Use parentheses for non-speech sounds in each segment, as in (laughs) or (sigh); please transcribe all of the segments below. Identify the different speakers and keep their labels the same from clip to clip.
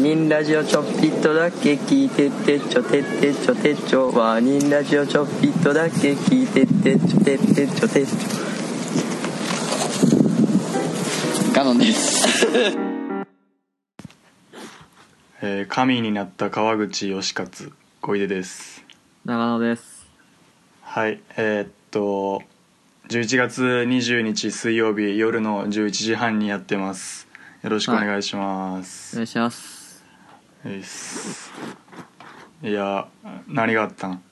Speaker 1: ニンラジオちょっぴっとだけ聞いてってちょてってちょてちょワニンラジオちょっぴっとだけ聞いてってちょてってちょてちょ
Speaker 2: ガノンです。
Speaker 3: えー神になった川口義勝小出です
Speaker 2: 長野です。
Speaker 3: はいえーっと11月20日水曜日夜の11時半にやってますよろしくお願いします、
Speaker 2: お願いします。
Speaker 3: ういっすいや何があったん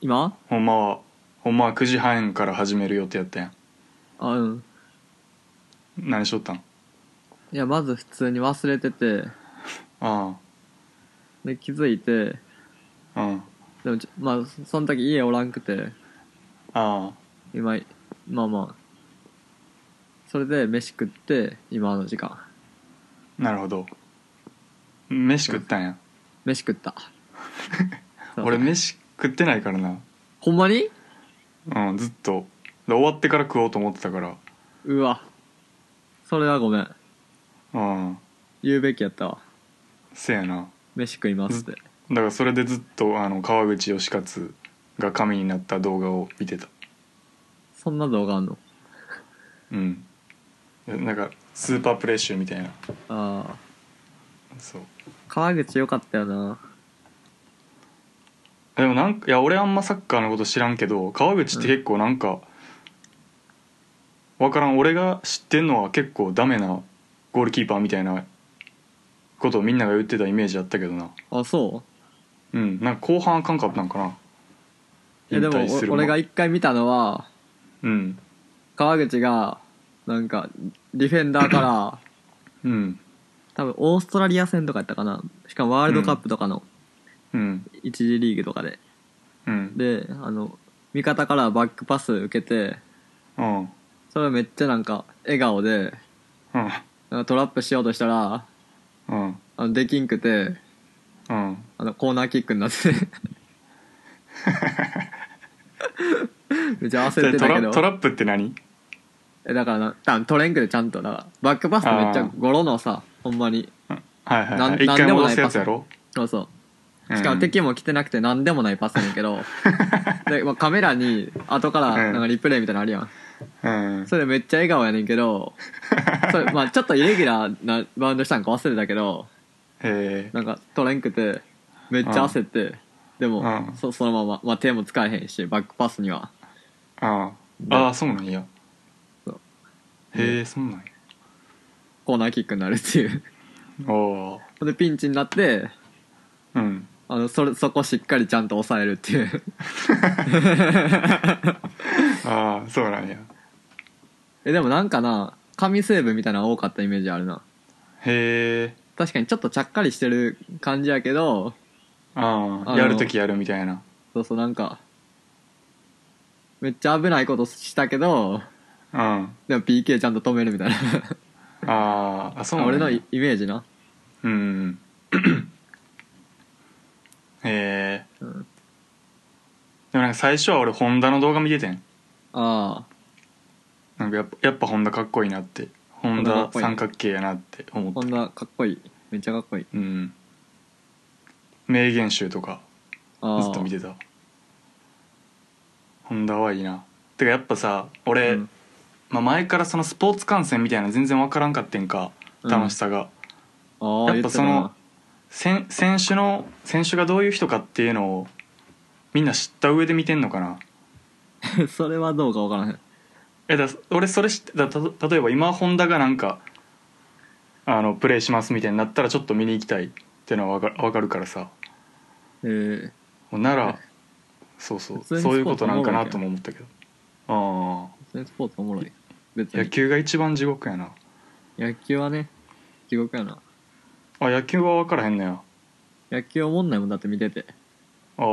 Speaker 2: 今
Speaker 3: ほんまはほんまは9時半から始める予定やったやん
Speaker 2: あ、うん。
Speaker 3: 何しとったん
Speaker 2: いや、まず普通に忘れてて、
Speaker 3: あ
Speaker 2: で、気づいて、
Speaker 3: あうん
Speaker 2: でもちょ、まあ、そその時家おらんくて、
Speaker 3: あ
Speaker 2: 今、まあまあ、それで飯食って、今の時間。
Speaker 3: あなるほど飯食ったんや
Speaker 2: 飯食った。そう
Speaker 3: 俺飯食ってないからな
Speaker 2: ほんまに
Speaker 3: うんずっとで終わってから食おうと思ってたから
Speaker 2: うわ。それはごめん。
Speaker 3: うん
Speaker 2: 言うべきやったわ。
Speaker 3: せやな
Speaker 2: 飯食いますって。
Speaker 3: だからそれでずっとあの川口義勝が神になった動画を見てた
Speaker 2: そんな動画あんの
Speaker 3: うんなんかスーパープレッシュみたい
Speaker 2: あ
Speaker 3: な
Speaker 2: あ。
Speaker 3: そう
Speaker 2: 川口よかったよな。
Speaker 3: でもなんかいや俺あんまサッカーのこと知らんけど川口って結構なんか、わからん俺が知ってんのは結構ダメなゴールキーパーみたいなことをみんなが言ってたイメージあったけどな
Speaker 2: あ、そう
Speaker 3: うんなんか後半あかんかったんかない
Speaker 2: やでも
Speaker 3: 引退する
Speaker 2: お
Speaker 3: 前
Speaker 2: 俺が一回見たのは
Speaker 3: うん
Speaker 2: 川口がなんかディフェンダーから
Speaker 3: うん
Speaker 2: 多分オーストラリア戦とかやったかなしかもワールドカップとかの
Speaker 3: うん
Speaker 2: 一次リーグとかで、
Speaker 3: うん
Speaker 2: であの味方からバックパス受けて
Speaker 3: うんうん
Speaker 2: それめっちゃなんか笑顔でなんかトラップしようとしたら
Speaker 3: うん
Speaker 2: あのできんくて
Speaker 3: うん
Speaker 2: あのコーナーキックになって
Speaker 3: (laughs)
Speaker 2: めっちゃ
Speaker 3: そ
Speaker 2: 焦っ
Speaker 3: れ
Speaker 2: て
Speaker 3: ト
Speaker 2: たけ
Speaker 3: ラ
Speaker 2: ど
Speaker 3: トラップって何
Speaker 2: えだからな多分トレンクでちゃんとだからバックパスってめっちゃゴロのさほんまに
Speaker 3: はいはい
Speaker 2: な
Speaker 3: は
Speaker 2: ん
Speaker 3: い一
Speaker 2: なんで
Speaker 3: 回
Speaker 2: も
Speaker 3: 戻
Speaker 2: ない
Speaker 3: すやつやろ
Speaker 2: そうそう
Speaker 3: うん
Speaker 2: しかも敵も来てなくて何でもないパスやねんけ
Speaker 3: (laughs)
Speaker 2: どで、まあ、カメラに後からなんかリプレイみたいなのあるやん
Speaker 3: うん
Speaker 2: それめっちゃ笑顔やねんけどそれ、まあ、ちょっとイレギュラーなバウンドしたんか忘れたけど
Speaker 3: え
Speaker 2: なんか取れんくてめっちゃ焦って、でも、
Speaker 3: うん
Speaker 2: そそのまま、まあ、手も使えへんしバックパスには
Speaker 3: ああああそうなんや
Speaker 2: そう
Speaker 3: へえそうなんや
Speaker 2: コーナーキックになるっていう (laughs)
Speaker 3: おー
Speaker 2: でピンチになって
Speaker 3: うん
Speaker 2: あのそれそこしっかりちゃんと抑えるっていう (laughs)
Speaker 3: ああそうなんや
Speaker 2: えでもなんかな神セーブみたいなの多かったイメージあるな
Speaker 3: へえ
Speaker 2: 確かにちょっとちゃっかりしてる感じやけど
Speaker 3: あ
Speaker 2: あの
Speaker 3: あやるときやるみたいな
Speaker 2: そうそうなんかめっちゃ危ないことしたけど
Speaker 3: うんあ
Speaker 2: でも PK ちゃんと止めるみたいな
Speaker 3: ああそうなん
Speaker 2: 俺
Speaker 3: や
Speaker 2: のイイメージな
Speaker 3: うん (coughs) へえ
Speaker 2: うん
Speaker 3: でもなんか最初は俺ホンダの動画見ててん
Speaker 2: あ
Speaker 3: なんかやっぱやっぱホンダかっこいいなってホン
Speaker 2: ホンダかっ
Speaker 3: ダ
Speaker 2: こいい
Speaker 3: 三角形やなって思
Speaker 2: あ
Speaker 3: った
Speaker 2: こんなかっこいいめっちゃかっこいい
Speaker 3: うん名言集とか
Speaker 2: ああ
Speaker 3: ずっと見てたホンダはいいなてかやっぱさ俺、
Speaker 2: うん
Speaker 3: まあ、前からそのスポーツ観戦みたいなの全然分からんかってんか
Speaker 2: うん
Speaker 3: 楽しさが、
Speaker 2: ああ
Speaker 3: や
Speaker 2: 言っ
Speaker 3: っ
Speaker 2: て
Speaker 3: ぱ
Speaker 2: た
Speaker 3: その
Speaker 2: な
Speaker 3: 選選手の選手がどういう人かっていうのをみんな知った上で見てんのかな
Speaker 2: (laughs) それはどうかわからへん
Speaker 3: えだ俺それ知ってだたと例えば今ホンダがなんかあのプレーしますみたいになったらちょっと見に行きたいっていうのは分か分かるからさ
Speaker 2: え
Speaker 3: もうならそうそう
Speaker 2: 普通に
Speaker 3: そういうことなんかな
Speaker 2: スポーツ
Speaker 3: とも思ったけどああ
Speaker 2: ー、それスポーツおもろい別に
Speaker 3: 野球が一番地獄やな
Speaker 2: 野球はね地獄やな
Speaker 3: あ野球は分からへんのや
Speaker 2: 野球おもんないもんだって見てて
Speaker 3: ああ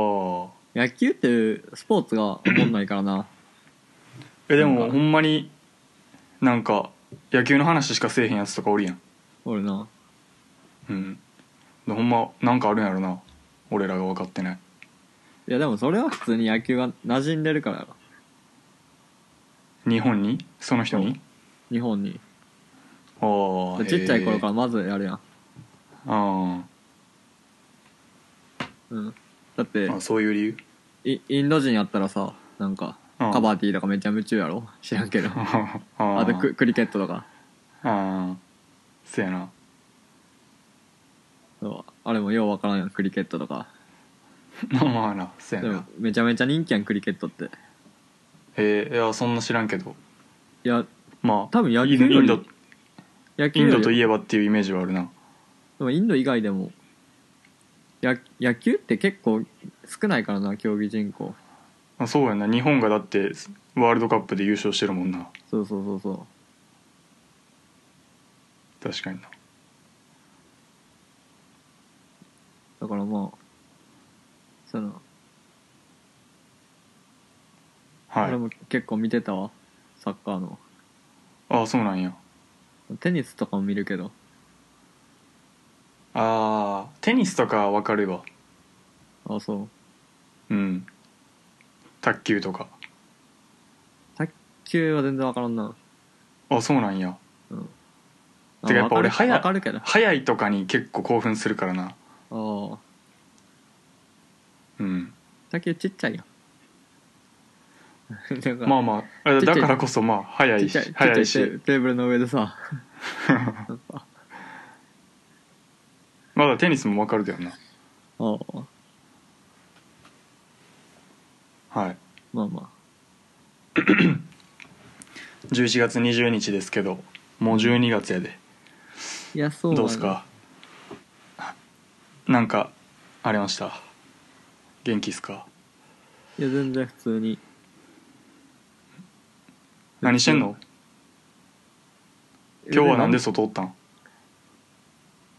Speaker 2: 野球っていうスポーツがおもんないからな
Speaker 3: えで
Speaker 2: なん
Speaker 3: も
Speaker 2: か
Speaker 3: ほんまになんか野球の話しかせえへんやつとかおるやん
Speaker 2: 俺な
Speaker 3: うんでほんまなんかあるんやろな俺らが分かってない
Speaker 2: いやでもそれは普通に野球が馴染んでるからやろ
Speaker 3: 日本にその人に
Speaker 2: 日本に
Speaker 3: ああ
Speaker 2: ちっちゃい頃かららまずやるやん
Speaker 3: あ
Speaker 2: うん、だって
Speaker 3: ーあそういう理由
Speaker 2: イインド人やったらさなんか
Speaker 3: うん
Speaker 2: カバーティーとかめっちゃ夢中やろ知らんけど
Speaker 3: (laughs) あ
Speaker 2: あ
Speaker 3: あ
Speaker 2: とククリケットとか
Speaker 3: ああそやな (laughs)
Speaker 2: そうあれもようわからんやんクリケットとか
Speaker 3: まあなそや
Speaker 2: でも
Speaker 3: な
Speaker 2: めちゃめちゃ人気やんクリケットって
Speaker 3: えー、いやそんな知らんけど
Speaker 2: いや
Speaker 3: まあ
Speaker 2: 多分野球
Speaker 3: インイ
Speaker 2: よ
Speaker 3: ンド
Speaker 2: り野球
Speaker 3: インドとい
Speaker 2: え
Speaker 3: えばっていうイメージはあるな
Speaker 2: でもインド以外でもや野球って結構少ないからな競技人口
Speaker 3: あそうやな日本がだってワールドカップで優勝してるもんな
Speaker 2: そうそうそうそ
Speaker 3: 確かにな
Speaker 2: うだからまあその、
Speaker 3: は
Speaker 2: 俺
Speaker 3: い
Speaker 2: も結構見てたわサッカーの
Speaker 3: ああそうなんや
Speaker 2: テニスとかも見るけど
Speaker 3: あーテニスとかわかるわ
Speaker 2: あそう
Speaker 3: うん卓球とか
Speaker 2: 卓球は全然わからんな
Speaker 3: あそうなんや
Speaker 2: うん
Speaker 3: てかやっぱ俺
Speaker 2: 早
Speaker 3: 早い
Speaker 2: わかるけどあ
Speaker 3: 早いとかに結構興奮するからな
Speaker 2: あ
Speaker 3: うん
Speaker 2: 卓球ちっちゃ (laughs) いやんなんか
Speaker 3: まあまああ
Speaker 2: ちっちゃい
Speaker 3: だからこそまあ早
Speaker 2: ちっ
Speaker 3: い
Speaker 2: ちゃいちっ
Speaker 3: し
Speaker 2: ちゃい
Speaker 3: 早
Speaker 2: テ
Speaker 3: いし
Speaker 2: ーテーブルの上でさなんか
Speaker 3: まだテニスもわかるだよな
Speaker 2: ああ
Speaker 3: はい
Speaker 2: まあま
Speaker 3: 11月20日ですけどもう12月やで
Speaker 2: あいやそうだね
Speaker 3: どうすかなんかありました元気っすか
Speaker 2: いや全然普通に
Speaker 3: 何してんの今日はなんです外おったん
Speaker 2: い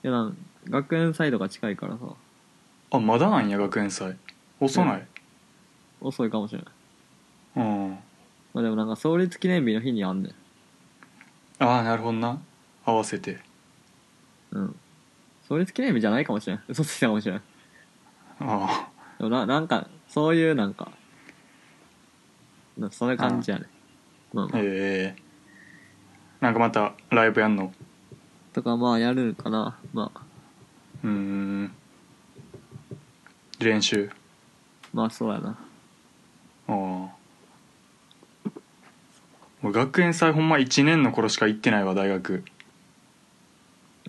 Speaker 2: やなん学園サイドが近いからさ
Speaker 3: あまだなんや学園祭遅ない
Speaker 2: 遅いかもしれない
Speaker 3: うんあ
Speaker 2: まあでもなんか創立記念日の日にあんねん
Speaker 3: あなるほどな合わせて
Speaker 2: うん創立記念日じゃないかもしれん嘘ついたかもしれん
Speaker 3: あ
Speaker 2: でもななんかそういうなんかなそんな感じやねまあ
Speaker 3: あ
Speaker 2: まあ
Speaker 3: ええなんかまたライブやんの
Speaker 2: とかまあやるんかなまあ
Speaker 3: うーん練習
Speaker 2: まあそうやな
Speaker 3: ああ俺学園祭ほんま1年の頃しか行ってないわ大学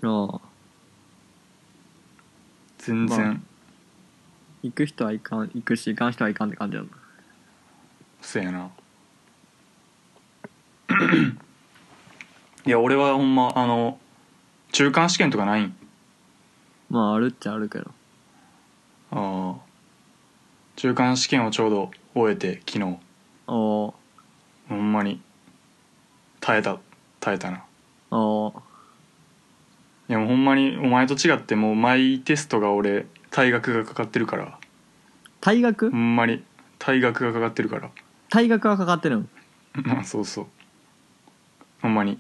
Speaker 2: ああ
Speaker 3: 全然、
Speaker 2: まあ行く人はいかん行くし行かん人はいかんって感じやな
Speaker 3: そうやないや俺はほんまあの中間試験とかないん
Speaker 2: まああるっちゃあるけど
Speaker 3: ああ中間試験をちょうど終えて昨日
Speaker 2: あ
Speaker 3: ほんまに耐えた耐えたない
Speaker 2: あああ
Speaker 3: やもうほんまにお前と違ってもう毎テストが俺退学がかかってるから
Speaker 2: 退学
Speaker 3: ほんまに退学がかかってる
Speaker 2: (laughs)
Speaker 3: から
Speaker 2: 退学はかかってるん
Speaker 3: まあそうそうほんまに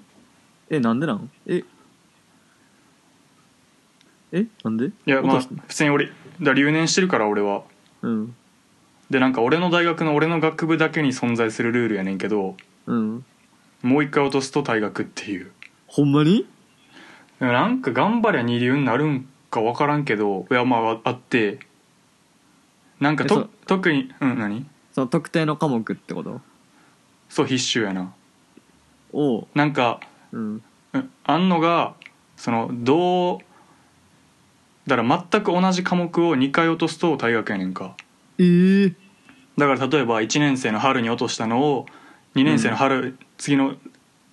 Speaker 2: えなんでなんええなんで
Speaker 3: いやまあ
Speaker 2: 落とし
Speaker 3: 普通に俺だから留年してるから俺は
Speaker 2: うん
Speaker 3: でなんか俺の大学の俺の学部だけに存在するルールやねんけど
Speaker 2: うん
Speaker 3: もう一回落とすと退学っていう
Speaker 2: ほんまに
Speaker 3: なんか頑張りゃ二流になるんか分からんけどいやまああってなんか
Speaker 2: えそ
Speaker 3: と
Speaker 2: う
Speaker 3: 特にうん何
Speaker 2: その特定の科目ってこと
Speaker 3: そう必修やな
Speaker 2: おう
Speaker 3: なんか
Speaker 2: うん
Speaker 3: うんあんのがそのどうだから全く同じ科目を2回落とすと退学やねんか
Speaker 2: ええ
Speaker 3: だから例えば1年生の春に落としたのを2年生の春、次の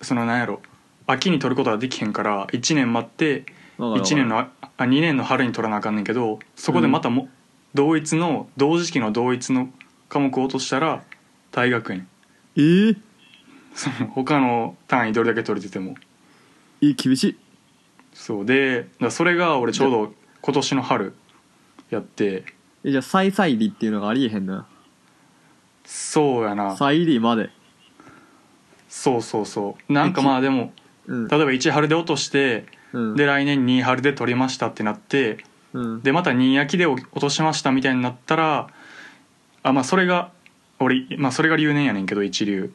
Speaker 3: その何やろ秋に取ることはできへんから1年待って
Speaker 2: わかるわかる
Speaker 3: 1年のああ2年の春に取らなあかんねんけどそこでまたも、同一の同時期の同一の科目を落としたら大学院
Speaker 2: ええ
Speaker 3: その他の単位どれだけ取れてても
Speaker 2: え厳しい
Speaker 3: そうでだからそれが俺ちょうど今年の春やって
Speaker 2: えじゃあ再再利っていうのがありえへんな
Speaker 3: そうやな
Speaker 2: 再利まで
Speaker 3: そうそうそうなんかまあでも
Speaker 2: うん
Speaker 3: 例えば1春で落として
Speaker 2: うん
Speaker 3: で来年2春で取りましたってなって
Speaker 2: うん
Speaker 3: でまた新焼きで落としましたみたいになったらあまあそれが俺、まあ、それが留年やねんけど一流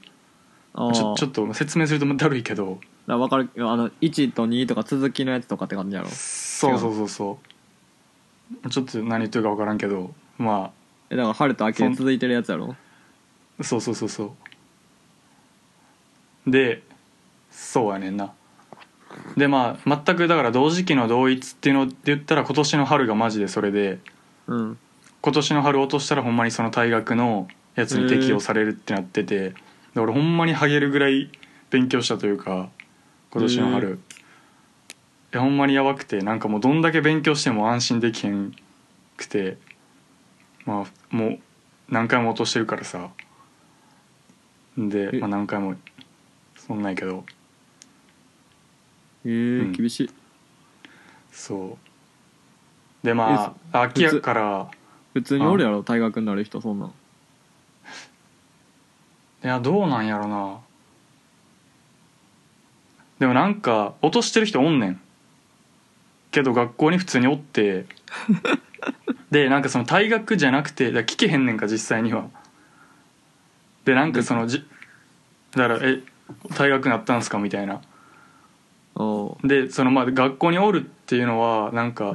Speaker 2: あ
Speaker 3: ちょ
Speaker 2: ー
Speaker 3: ちょっと説明するとだるいけど
Speaker 2: ら分かるあの1と2とか続きのやつとかって感じやろ
Speaker 3: そうそうそうそうちょっと何言ってるか分からんけどま
Speaker 2: えだから春と秋で続いてるやつやろ
Speaker 3: あそうそうそうそうでそうやねんなでまあ全くだから同時期の同一っていうので言ったら今年の春がマジでそれで
Speaker 2: うん
Speaker 3: 今年の春落としたらほんまにその大学のやつに適用されるってなってて、で俺ほんまにハゲるぐらい勉強したというか今年の春、いやほんまにやばくてなんかもうどんだけ勉強しても安心できへんくてまあもう何回も落としてるからさで、
Speaker 2: え
Speaker 3: まあ、何回もそんなんやけど
Speaker 2: ええ
Speaker 3: うん
Speaker 2: 厳しい
Speaker 3: そうでまあ秋やから
Speaker 2: 普通におるやろ大学になる人そんなん
Speaker 3: いやどうなんやろなでもなんか落としてる人おんねんけど学校に普通におって (laughs) でなんかその退学じゃなくてだから聞けへんねんか実際にはでなんかそのじだから「え退学なったんすか?」みたいな
Speaker 2: おう
Speaker 3: でそのまあ学校におるっていうのはなんか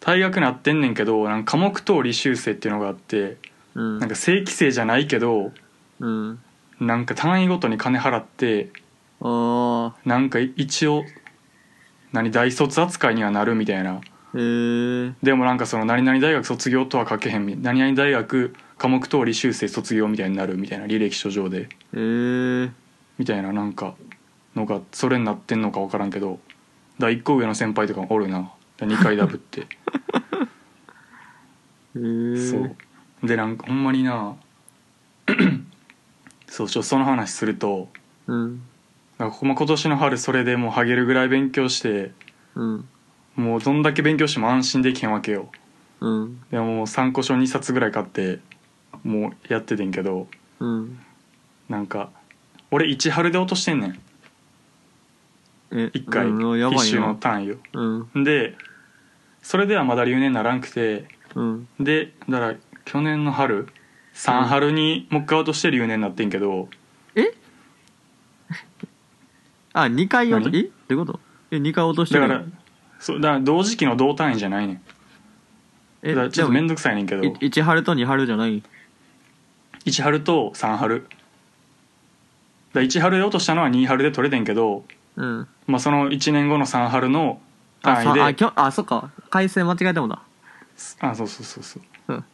Speaker 3: 退学なってんねんけどなんか科目等履修生っていうのがあって
Speaker 2: うん
Speaker 3: なんか正規生じゃないけど
Speaker 2: うん
Speaker 3: なんか単位ごとに金払って
Speaker 2: ああ
Speaker 3: なんか一応何大卒扱いにはなるみたいな
Speaker 2: へえ
Speaker 3: でもなんかその何々大学卒業とは書けへんみ何々大学科目通り修正卒業みたいになるみたいな履歴書上で
Speaker 2: ええ
Speaker 3: みたいななんかのがそれになってんのか分からんけどだ1個上の先輩とかもおるな2回ダブって
Speaker 2: え
Speaker 3: そうでなんかほんまにな (clears throat) そうちょその話すると
Speaker 2: うん
Speaker 3: なんかほんま今年の春それでもうハゲるぐらい勉強して
Speaker 2: うん
Speaker 3: もうどんだけ勉強しても安心できへんわけよ
Speaker 2: うん
Speaker 3: でももう参考書2冊ぐらい買ってもうやっててんけど
Speaker 2: うん
Speaker 3: なんか俺1春で落としてんねん
Speaker 2: え
Speaker 3: 1回
Speaker 2: うんやばいな
Speaker 3: 必修の単位を
Speaker 2: うん
Speaker 3: でそれではまだ留年ならんくて
Speaker 2: うん
Speaker 3: でだから去年の春3春にもう一回落として留年になってんけど
Speaker 2: あ二回落と
Speaker 3: 何
Speaker 2: えどういうことえ二回落として
Speaker 3: だ
Speaker 2: る
Speaker 3: か
Speaker 2: の
Speaker 3: らそうだから同時期の同単位じゃないねん
Speaker 2: え
Speaker 3: だからちょっと面倒くさいねんけど
Speaker 2: でもい一春と二春じゃない
Speaker 3: 1春と3春だから1春で落としたのは2春で取れてんけど
Speaker 2: うん
Speaker 3: まあ、その1年後の3春の
Speaker 2: あ
Speaker 3: 単位で
Speaker 2: さあきょあそっか回数間違えたもんだ
Speaker 3: あそうそうそうそう
Speaker 2: うん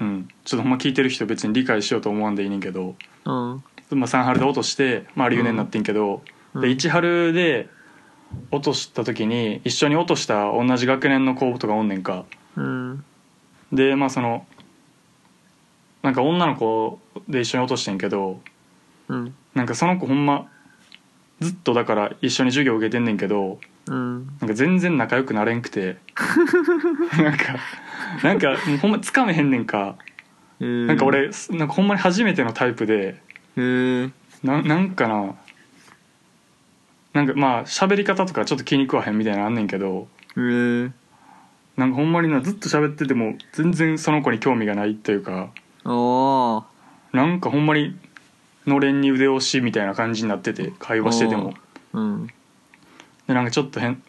Speaker 3: うんちょっとほんま聞いてる人別に理解しようと思わんでいいねんけど、
Speaker 2: うん
Speaker 3: まあ、3春で落として、まあ、留年になってんけど、
Speaker 2: うん
Speaker 3: で1春で落とした時に一緒に落とした同じ学年の子とかおんねんか
Speaker 2: うん
Speaker 3: でまあそのなんか女の子で一緒に落としてんけど
Speaker 2: うん
Speaker 3: なんかその子ほんまずっとだから一緒に授業受けてんねんけど
Speaker 2: うん
Speaker 3: なんか全然仲良くなれんくて (laughs) なんかなんかもうほんまつかめへんねんか、
Speaker 2: えー
Speaker 3: なんか俺なんかほんまに初めてのタイプで
Speaker 2: へー
Speaker 3: ななんかななんかまあ喋り方とかちょっと気に食わへんみたいなのあんねんけど
Speaker 2: へー
Speaker 3: なんかほんまになずっと喋ってても全然その子に興味がないというか
Speaker 2: おー
Speaker 3: なんかほんまにのれんに腕押しみたいな感じになってて会話してても
Speaker 2: うん
Speaker 3: でなんかちょっと変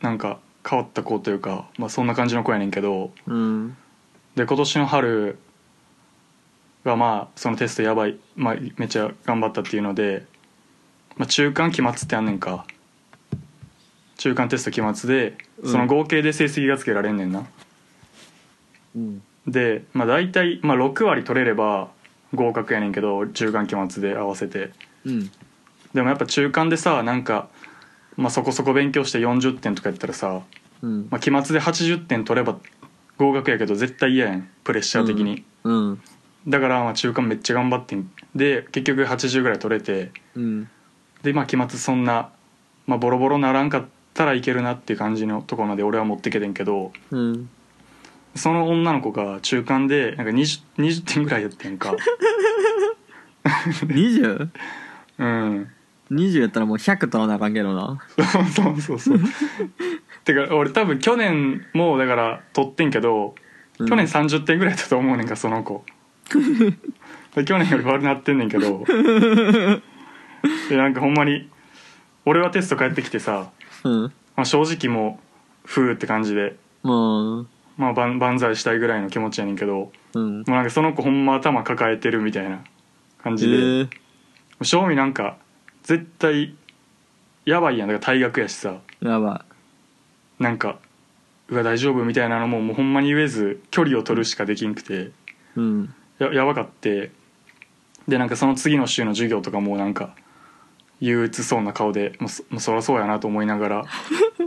Speaker 3: なんか変わった子というか、まあ、そんな感じの子やねんけど
Speaker 2: うん
Speaker 3: で今年の春がまあそのテストやばい、まあ、めっちゃ頑張ったっていうので、まあ、中間期末ってあんねんか中間テスト期末で
Speaker 2: うん
Speaker 3: その合計で成績がつけられんねんな、
Speaker 2: うん
Speaker 3: で、まあ、大体、まあ、6割取れれば合格やねんけど中間期末で合わせて
Speaker 2: うん
Speaker 3: でもやっぱ中間でさなんか、まあ、そこそこ勉強して40点とかやったらさ、
Speaker 2: うん
Speaker 3: まあ、期末で80点取れば合格やけど絶対嫌やんプレッシャー的に。
Speaker 2: うん
Speaker 3: だからまあ中間めっちゃ頑張ってんで結局80ぐらい取れて
Speaker 2: うん
Speaker 3: でまあ期末そんな、まあ、ボロボロならんかったらいけるなっていう感じのところまで俺は持ってけてんけど
Speaker 2: うん
Speaker 3: その女の子が中間でなんか 20, 20点ぐらいやってんか
Speaker 2: 20?20
Speaker 3: うん
Speaker 2: やったらもう100取らなあかんけどな
Speaker 3: そうそうそうてか俺多分去年もだから取ってんけど去年30点ぐらいだと思うねん
Speaker 2: (laughs)
Speaker 3: かその子で去年より悪なってんねんけどでなんかほんまに俺はテスト帰ってきてさ、
Speaker 2: うん。
Speaker 3: まあ、正直もうふーって感じで、
Speaker 2: もう、
Speaker 3: まあ、万万歳したいぐらいの気持ちやねんけども
Speaker 2: うん。
Speaker 3: うなんかその子ほんま頭抱えてるみたいな感
Speaker 2: え
Speaker 3: じで、
Speaker 2: ー、
Speaker 3: 正味なんか絶対やばいやんだから退学やしさ
Speaker 2: やば
Speaker 3: なんか「うわ大丈夫」みたいなのももうほんまに言えず距離を取るしかできんくて
Speaker 2: い。うん。
Speaker 3: ややばかってでなんかその次の週の授業とかもうなんか憂鬱そうな顔でもうそもうそらそうやなと思いながら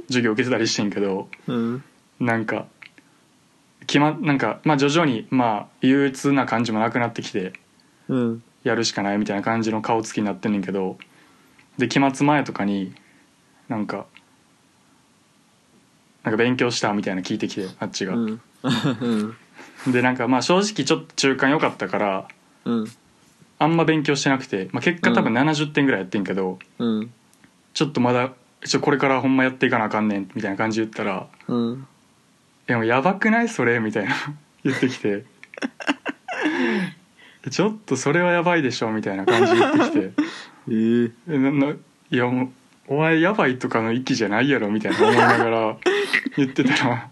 Speaker 3: 授業受けてたりしてんけど
Speaker 2: うん。
Speaker 3: なんか決まなんかまあ徐々にまあ憂鬱な感じもなくなってきて
Speaker 2: うん。
Speaker 3: やるしかないみたいな感じの顔つきになってんねんけどで期末前とかになんかなんか勉強したみたいなの聞いてきてあっち
Speaker 2: う
Speaker 3: が、
Speaker 2: ん。うん。
Speaker 3: でなんかまあ正直ちょっと中間良かったから
Speaker 2: うん。
Speaker 3: あんま勉強してなくて、まあ、結果多分70点ぐらいやってんけど、
Speaker 2: うん。
Speaker 3: ちょっとまだちょこれからほんまやっていかなあかんねんみたいな感じで言ったら
Speaker 2: うん。
Speaker 3: 「でもやばくないそれ」みたいな (laughs) 言ってきて「ちょっとそれはやばいでしょ」みたいな感じで言ってきて。
Speaker 2: えー、
Speaker 3: えなないやもうお前やばいとかの域じゃないやろみたいな思いな
Speaker 2: (laughs)
Speaker 3: がら言ってたら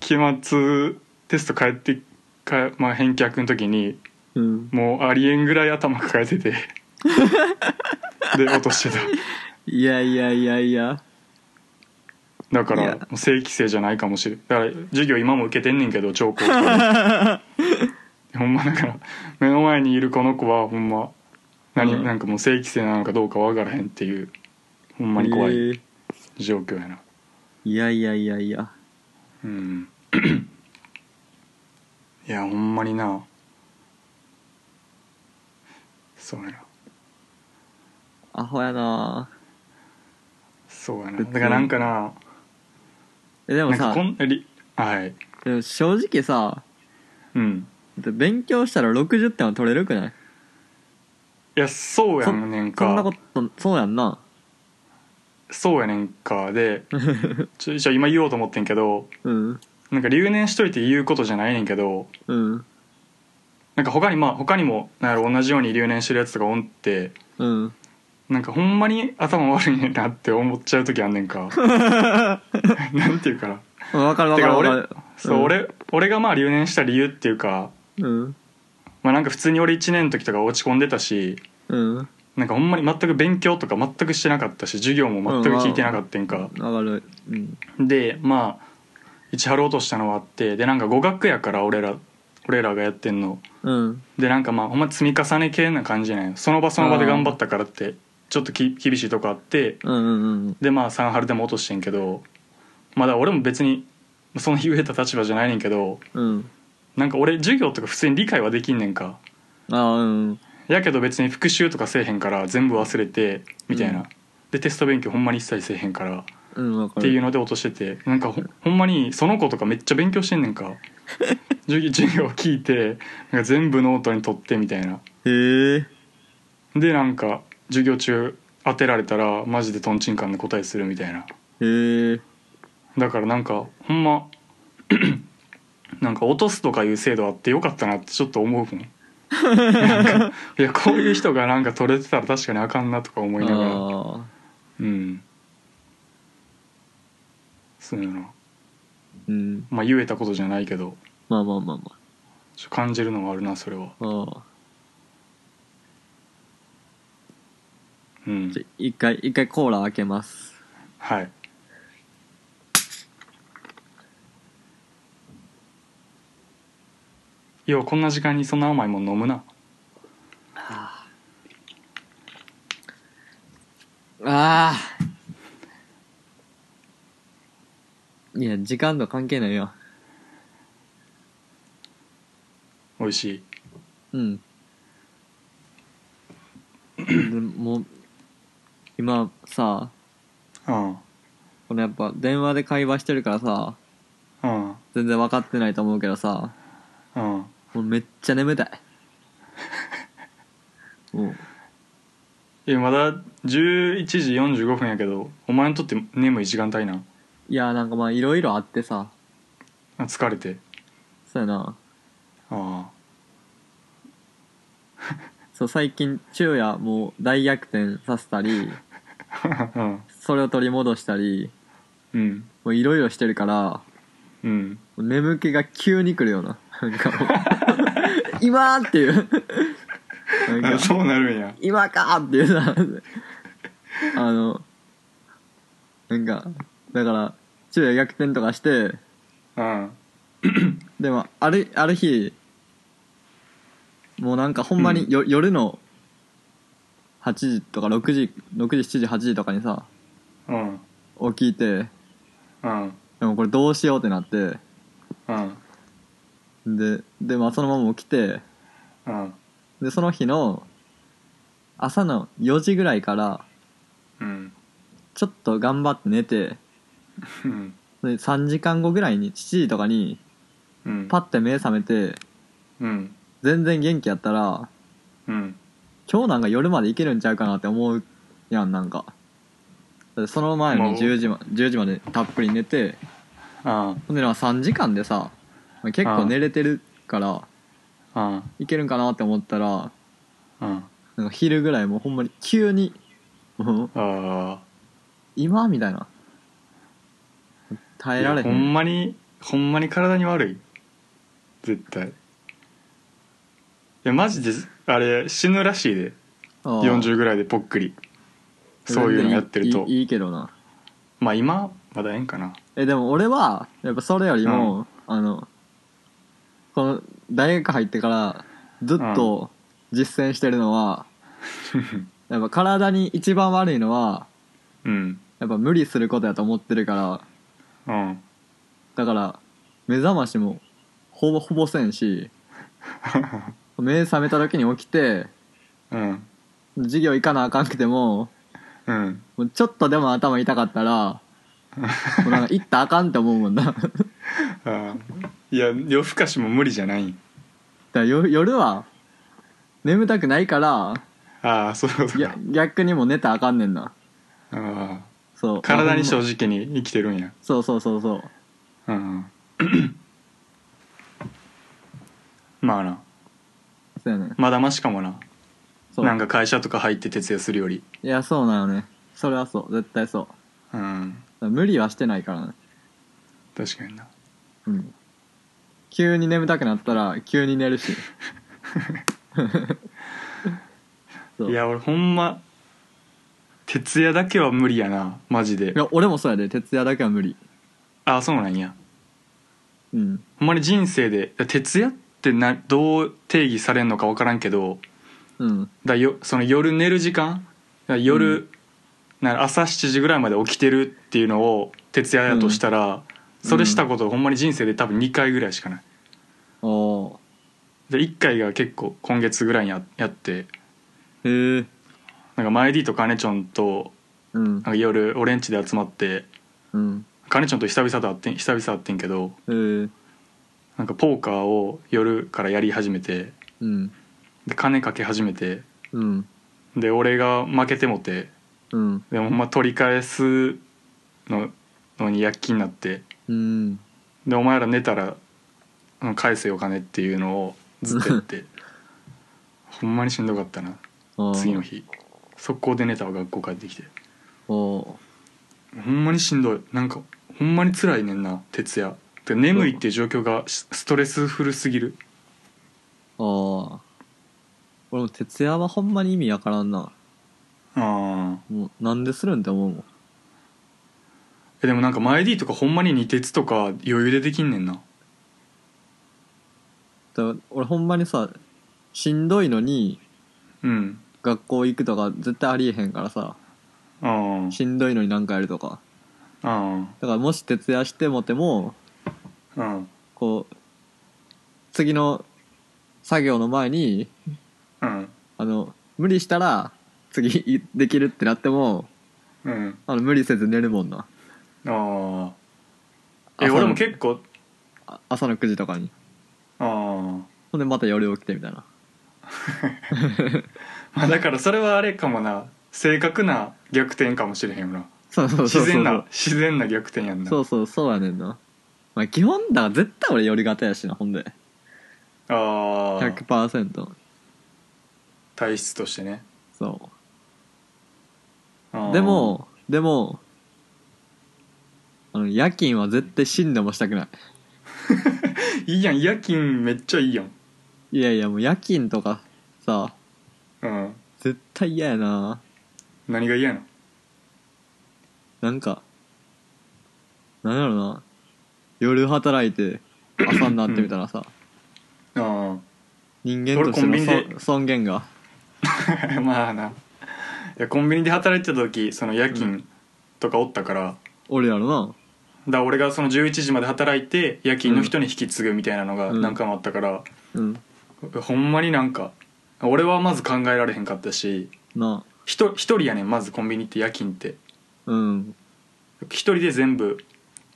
Speaker 3: 期末テスト帰ってか、まあ、返却の時に
Speaker 2: うん。
Speaker 3: もうありえんぐらい頭抱え
Speaker 2: (laughs)
Speaker 3: ててで落としてた
Speaker 2: いやいやいやいや。
Speaker 3: だか
Speaker 2: い
Speaker 3: ら
Speaker 2: や
Speaker 3: もう正規生じゃないかもしれんだから授業今も受けてんねんけど聴講ほんまだから目の前にいるこの子はほんま何、
Speaker 2: うん
Speaker 3: なんかもう正規生なのかどうかわからへんっていうほんまに怖い。
Speaker 2: えー
Speaker 3: 状況やな、
Speaker 2: いやいやいやいや。
Speaker 3: うん、いやほんまになそうやな
Speaker 2: アホやな
Speaker 3: そうやなだ
Speaker 2: 別に
Speaker 3: からなんかな
Speaker 2: え、でも
Speaker 3: なんか
Speaker 2: さ、
Speaker 3: こんりはい
Speaker 2: でも正直さ、
Speaker 3: うん
Speaker 2: 勉強したら60点は取れるくない
Speaker 3: いやそうやねん
Speaker 2: そんなこ
Speaker 3: か
Speaker 2: と、そうやんな。
Speaker 3: そうやねん
Speaker 2: (laughs)
Speaker 3: かでちょちょ今言おうと思ってんけど
Speaker 2: うん。
Speaker 3: なんか留年しといて言うことじゃないねんけど
Speaker 2: うん。
Speaker 3: なんか他にまあ他にもなんやろ同じように留年してるやつとかおんって
Speaker 2: うん。
Speaker 3: なんかほんまに頭悪いねんなって思っちゃう時あんね
Speaker 2: (laughs)
Speaker 3: んかなんていうかな
Speaker 2: わかるわかる
Speaker 3: てか
Speaker 2: わ
Speaker 3: 俺
Speaker 2: かる。
Speaker 3: そう、
Speaker 2: うん
Speaker 3: 俺俺がまあ留年した理由っていうか
Speaker 2: うん。
Speaker 3: まあなんか普通に俺1年の時とか落ち込んでたし
Speaker 2: うん。わ
Speaker 3: なんかほんまに全く勉強とか全くしてなかったし授業も全く聞いてなかったんか、
Speaker 2: かる。うん。
Speaker 3: でまあ一春落としたのはあってでなんか語学やから俺ら俺らがやってんの
Speaker 2: うん。
Speaker 3: でなんかまあほんま積み重ね系な感じじゃないその場その場で頑張ったからってちょっとき厳しいとこあって
Speaker 2: うんうんうん。
Speaker 3: でまあ3春でも落としてんけどまあだから俺も別にその言えた立場じゃないねんけど
Speaker 2: うん。
Speaker 3: なんか俺授業とか普通に理解はできんねんか
Speaker 2: ああ、うん。
Speaker 3: やけど別に復習とかせえへんから全部忘れてみたいな、
Speaker 2: うん
Speaker 3: でテスト勉強ほんまに一切せえへんからっ
Speaker 2: うん、わかる。
Speaker 3: ていうので落としててなんかほほんまにその子とかめっちゃ勉強してんねんか
Speaker 2: (laughs)
Speaker 3: 授業授業聞いてなんか全部ノートに取ってみたいな
Speaker 2: へえ。
Speaker 3: でなんか授業中当てられたらマジでとんちんかんで答えするみたいな
Speaker 2: へえ。
Speaker 3: だからなんかほんま (clears throat) なんか落とすとかいう制度あってよかったなってちょっと思うもんなんかいやこういう人がなんか取れてたら確かにあかんなとか思いながら
Speaker 2: ああ。
Speaker 3: うんそうやな
Speaker 2: うん。
Speaker 3: まあ言えたことじゃないけど
Speaker 2: まあまあまあま
Speaker 3: ちょっと感じるのはあるなそれは
Speaker 2: あ。ああ。
Speaker 3: うん
Speaker 2: じゃ、一回、一回コーラ開けます。
Speaker 3: はいようこんな時間にそんな甘いもん飲むな
Speaker 2: ああ。いや、時間と関係ないよ。
Speaker 3: 美味しい
Speaker 2: うん。でもう、今さ、
Speaker 3: うん
Speaker 2: このやっぱ電話で会話してるからさ、
Speaker 3: うん
Speaker 2: 全然分かってないと思うけどさ、
Speaker 3: うん
Speaker 2: もうめっちゃ眠たい。も
Speaker 3: えまだ11時45分やけどお前にとって眠い時間帯なん
Speaker 2: う、いや、なんかまあいろいろあってさ、
Speaker 3: あ疲れて
Speaker 2: そうやな、
Speaker 3: あ
Speaker 2: そう最近昼夜もう大逆転させたり
Speaker 3: (laughs) うん
Speaker 2: それを取り戻したり
Speaker 3: うん
Speaker 2: もういろいろしてるから
Speaker 3: うん
Speaker 2: 眠気が急に来るようななんかもう今ーっていうなん
Speaker 3: あ
Speaker 2: か
Speaker 3: そうなるんや
Speaker 2: 今かーっていうさあのなんかだから昼夜逆転とかして
Speaker 3: うん
Speaker 2: でもあるある日もうなんかほんまによ、夜の8時とか6時6時7時8時とかにさ
Speaker 3: うん
Speaker 2: 起きて
Speaker 3: うん
Speaker 2: でもこれどうしようってなって
Speaker 3: うん
Speaker 2: ででまあそのまま起きて
Speaker 3: うん
Speaker 2: でその日の朝の4時ぐらいから
Speaker 3: うん
Speaker 2: ちょっと頑張って寝て
Speaker 3: うん
Speaker 2: で3時間後ぐらいに7時とかに
Speaker 3: うん
Speaker 2: パッて目覚めて
Speaker 3: うん
Speaker 2: 全然元気やったら
Speaker 3: うん
Speaker 2: 今日なんか夜までいけるんちゃうかなって思うやんなんかだってその前
Speaker 3: まあ
Speaker 2: に10時ま10時までたっぷり寝て
Speaker 3: あ
Speaker 2: ほんでなんか3時間でさまあ結
Speaker 3: あ
Speaker 2: 構
Speaker 3: あ
Speaker 2: 寝れてるから
Speaker 3: あ
Speaker 2: いけるんかなって思ったら
Speaker 3: うん
Speaker 2: なんか昼ぐらいもうほんまに急に (laughs) もう
Speaker 3: あ
Speaker 2: 今みたいな
Speaker 3: あ
Speaker 2: 耐えられへ
Speaker 3: ほ
Speaker 2: ん
Speaker 3: んまにほんまに体に悪い絶対いやマジであれ死ぬらしいで
Speaker 2: ああ
Speaker 3: 40ぐらいでぽっくりそういうのやってると
Speaker 2: いいいいいけどな
Speaker 3: まあ今まだええんかな
Speaker 2: えでも俺はやっぱそれよりも、あのこの大学入ってからずっと実践してるのは、やっぱ体に一番悪いのは
Speaker 3: うん
Speaker 2: やっぱ無理することやと思ってるから
Speaker 3: うん (laughs)
Speaker 2: だから目覚ましもほぼほぼせんし目覚めた時に起きて
Speaker 3: うん
Speaker 2: 授業行かなあかんくても
Speaker 3: うん
Speaker 2: もうちょっとでも頭痛かったらもうなんか行ったらあかんって思うもんなだか
Speaker 3: あーいや夜更かしも無理じゃない
Speaker 2: ら夜夜は眠たくないから
Speaker 3: ああそういうこと
Speaker 2: いや
Speaker 3: か
Speaker 2: 逆にもう寝たらあかんねんな
Speaker 3: あ
Speaker 2: そう
Speaker 3: ー体に正
Speaker 2: 症
Speaker 3: 直に生きてるんや
Speaker 2: そうそうそうそう
Speaker 3: うん (coughs) まあな
Speaker 2: そうやねん
Speaker 3: まだましかもな
Speaker 2: そう
Speaker 3: なんか会社とか入って徹夜するより
Speaker 2: いやそうなのねそれはそう絶対そうだか
Speaker 3: うん
Speaker 2: ら無理はしてないからね
Speaker 3: 確かにな
Speaker 2: うん急に眠たくなったら急に寝るしそう
Speaker 3: いや俺ほんま徹夜だけは無理やなマジ
Speaker 2: い
Speaker 3: で
Speaker 2: や俺もそうやで徹夜だけは無理
Speaker 3: ああそうなんや
Speaker 2: うん
Speaker 3: ほんまに人生で徹夜ってなどう定義されんのか分からんけど
Speaker 2: うん
Speaker 3: だよその夜寝る時間だ夜、な朝7時ぐらいまで起きてるっていうのを徹夜やとしたら、それしたことほんまに人生で多分2回ぐらいしかない
Speaker 2: おお
Speaker 3: で1回が結構今月ぐらいにややって
Speaker 2: へえ
Speaker 3: なんか前 D とカネチョンと
Speaker 2: うん
Speaker 3: なんか夜俺ん家で集まって
Speaker 2: うん
Speaker 3: カネチョンと久々と会ってん久々会ってんけど
Speaker 2: へえ
Speaker 3: なんかポーカーを夜からやり始めて
Speaker 2: うん
Speaker 3: で金かけ始めて
Speaker 2: うん
Speaker 3: で俺が負けてもて
Speaker 2: うん
Speaker 3: でもほんま取り返すののに躍起になって
Speaker 2: うん
Speaker 3: でお前ら寝たらうん返せよ金っていうのをずっとやって (laughs) ほんまにしんどかったな
Speaker 2: あー
Speaker 3: 次の日速攻で寝たわ学校帰ってきて
Speaker 2: おお
Speaker 3: ほんまにしんどいなんかほんまに辛いねんな徹夜てか眠いっていう状況がしストレスフルすぎる
Speaker 2: ああ俺も徹夜はほんまに意味わからんな
Speaker 3: ああ
Speaker 2: もうなんでするんって思うもん
Speaker 3: でもなんか前 D とかほんまに二鉄とか余裕でできんねんな
Speaker 2: だから俺ほんまにさしんどいのに
Speaker 3: うん
Speaker 2: 学校行くとか絶対ありえへんからさ
Speaker 3: あ
Speaker 2: しんどいのになんかやるとか
Speaker 3: ああ
Speaker 2: だからもし徹夜してもても
Speaker 3: あうん
Speaker 2: こう次の作業の前に
Speaker 3: うん
Speaker 2: あの無理したら次いできるってなっても
Speaker 3: うん
Speaker 2: あの無理せず寝るもんな
Speaker 3: ああえ
Speaker 2: 朝の
Speaker 3: 俺も結構
Speaker 2: あ朝の9時とかに
Speaker 3: ああ
Speaker 2: ほんでまた夜起きてみたいな
Speaker 3: まあだからそれはあれかもな正確な逆転かもしれへんよな
Speaker 2: そうそうそうそう
Speaker 3: 自然な自然な逆転やんな
Speaker 2: そうそうそうやねんな、まあ、基本だから絶対俺寄り方やしなほんで
Speaker 3: ああ
Speaker 2: 100%
Speaker 3: 体質としてね
Speaker 2: そ
Speaker 3: あー
Speaker 2: うでもでもあの夜勤は絶対死んでもしたくない
Speaker 3: いいやん夜勤めっちゃいいやん
Speaker 2: いやいやもう夜勤とかさ
Speaker 3: うん
Speaker 2: 絶対嫌やな
Speaker 3: 何が嫌なの
Speaker 2: なんかなんだろうな夜働いて朝になってみたらさ
Speaker 3: あ
Speaker 2: 人間としての
Speaker 3: 俺コンビ
Speaker 2: そ
Speaker 3: ニ
Speaker 2: 尊厳が
Speaker 3: あ (laughs) まあないやコンビニで働いてた時その夜勤とかおったから、
Speaker 2: 俺やろな
Speaker 3: だから俺がその11時まで働いて夜勤の人に引き継ぐみたいなのが
Speaker 2: うん
Speaker 3: 何回もあったから、
Speaker 2: うん
Speaker 3: ほんまになんか俺はまず考えられへんかったし
Speaker 2: な
Speaker 3: ひと一人やねんまずコンビニって夜勤って
Speaker 2: うん
Speaker 3: 一人で全部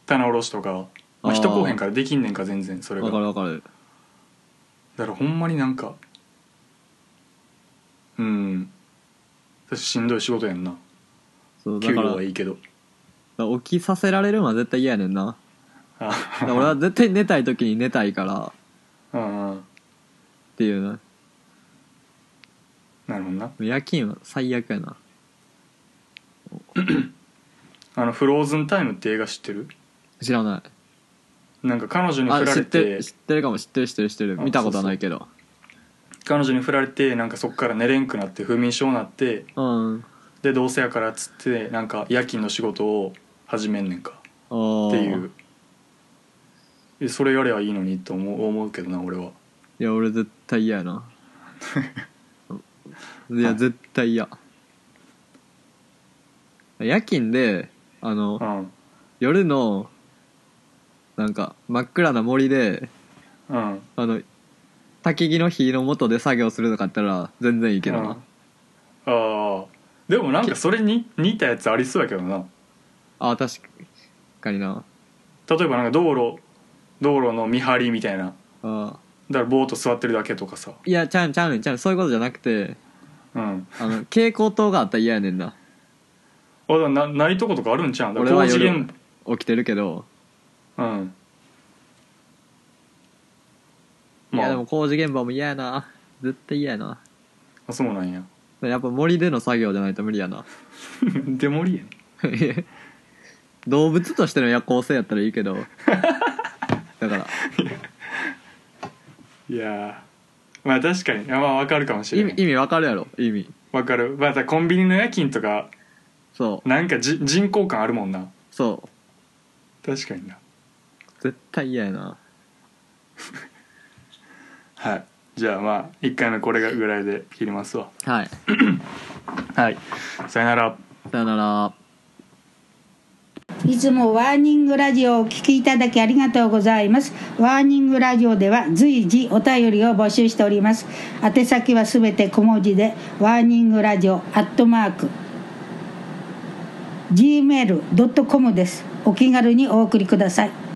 Speaker 3: 棚卸しとか、ま
Speaker 2: あ
Speaker 3: あ、
Speaker 2: ー
Speaker 3: 人来おへんからできんねんか全然それが
Speaker 2: わかるわかる
Speaker 3: だからほんまになんかうんしんどい仕事やんな
Speaker 2: そうだ
Speaker 3: 給
Speaker 2: から
Speaker 3: 料はいいけど
Speaker 2: だから起きさせられるのは絶対嫌やねんな
Speaker 3: あ
Speaker 2: だから俺は絶対寝たい時に寝たいから
Speaker 3: (laughs) うんう
Speaker 2: っ
Speaker 3: ん
Speaker 2: ていうな
Speaker 3: なるほどな
Speaker 2: 夜勤は最悪やな
Speaker 3: あの「フローズンタイム」って映画知ってる
Speaker 2: 知らない
Speaker 3: なんか彼女に
Speaker 2: あ
Speaker 3: 振ら
Speaker 2: 知
Speaker 3: れ
Speaker 2: って
Speaker 3: て
Speaker 2: る知ってるかも知ってる知ってる知ってる
Speaker 3: あ
Speaker 2: 見たことはないけど
Speaker 3: 彼女に振られてなんかそっから寝れんくなって不眠症になって
Speaker 2: うん
Speaker 3: でどうせやからっつってなんか夜勤の仕事を始めんねんか
Speaker 2: っ
Speaker 3: っていうでそれやればいいのにと思う思うけどな俺はい
Speaker 2: や俺絶対嫌や
Speaker 3: (laughs)
Speaker 2: ないや絶対嫌夜勤であの
Speaker 3: うん
Speaker 2: 夜のなんか真っ暗な森で
Speaker 3: うん
Speaker 2: あの焚き木の火の元で作業するとかやったら全然いいけどな、
Speaker 3: うんああでもなんかそれに似たやつありそうやけどな
Speaker 2: あ確かにな
Speaker 3: 例えばなんか道路道路の見張りみたいな
Speaker 2: あ
Speaker 3: だからボーっと座ってるだけとかさ
Speaker 2: いやちゃうちゃうねんちゃうねんそういうことじゃなくて
Speaker 3: うん
Speaker 2: あの蛍光灯があったら嫌やねんな
Speaker 3: あだからなないとことかあるんちゃうんだか
Speaker 2: 俺
Speaker 3: ら
Speaker 2: は
Speaker 3: 工事
Speaker 2: 夜
Speaker 3: 現
Speaker 2: 起きてるけど、
Speaker 3: うん
Speaker 2: い
Speaker 3: ま
Speaker 2: や
Speaker 3: あ
Speaker 2: でも工事現場も嫌やな絶対嫌やな
Speaker 3: あそうな
Speaker 2: (laughs)
Speaker 3: んや
Speaker 2: やっぱ森での作業じゃないと無理やな (laughs)
Speaker 3: デモリやん
Speaker 2: 動物としての夜行性やったらいいけど
Speaker 3: (laughs)
Speaker 2: だから
Speaker 3: いやーまあ確かにいやまあわかるかもし
Speaker 2: 意
Speaker 3: れな
Speaker 2: 味
Speaker 3: い
Speaker 2: 意味わかるやろ意味
Speaker 3: わかるまあさコンビニの夜勤とか
Speaker 2: そう
Speaker 3: なんかじ人工感あるもんな
Speaker 2: そう
Speaker 3: 確かにな
Speaker 2: 絶対嫌やな
Speaker 3: はいじゃあまあ1回目これがぐらいで切りますわ
Speaker 2: はい
Speaker 3: はいさよなら
Speaker 2: さよなら
Speaker 4: いつもワーニングラジオをお聞きいただきありがとうございます。ワーニングラジオでは随時お便りを募集しております。宛先はすべて小文字で、ワーニングラジオアットマーク、gmail.com です。お気軽にお送りください。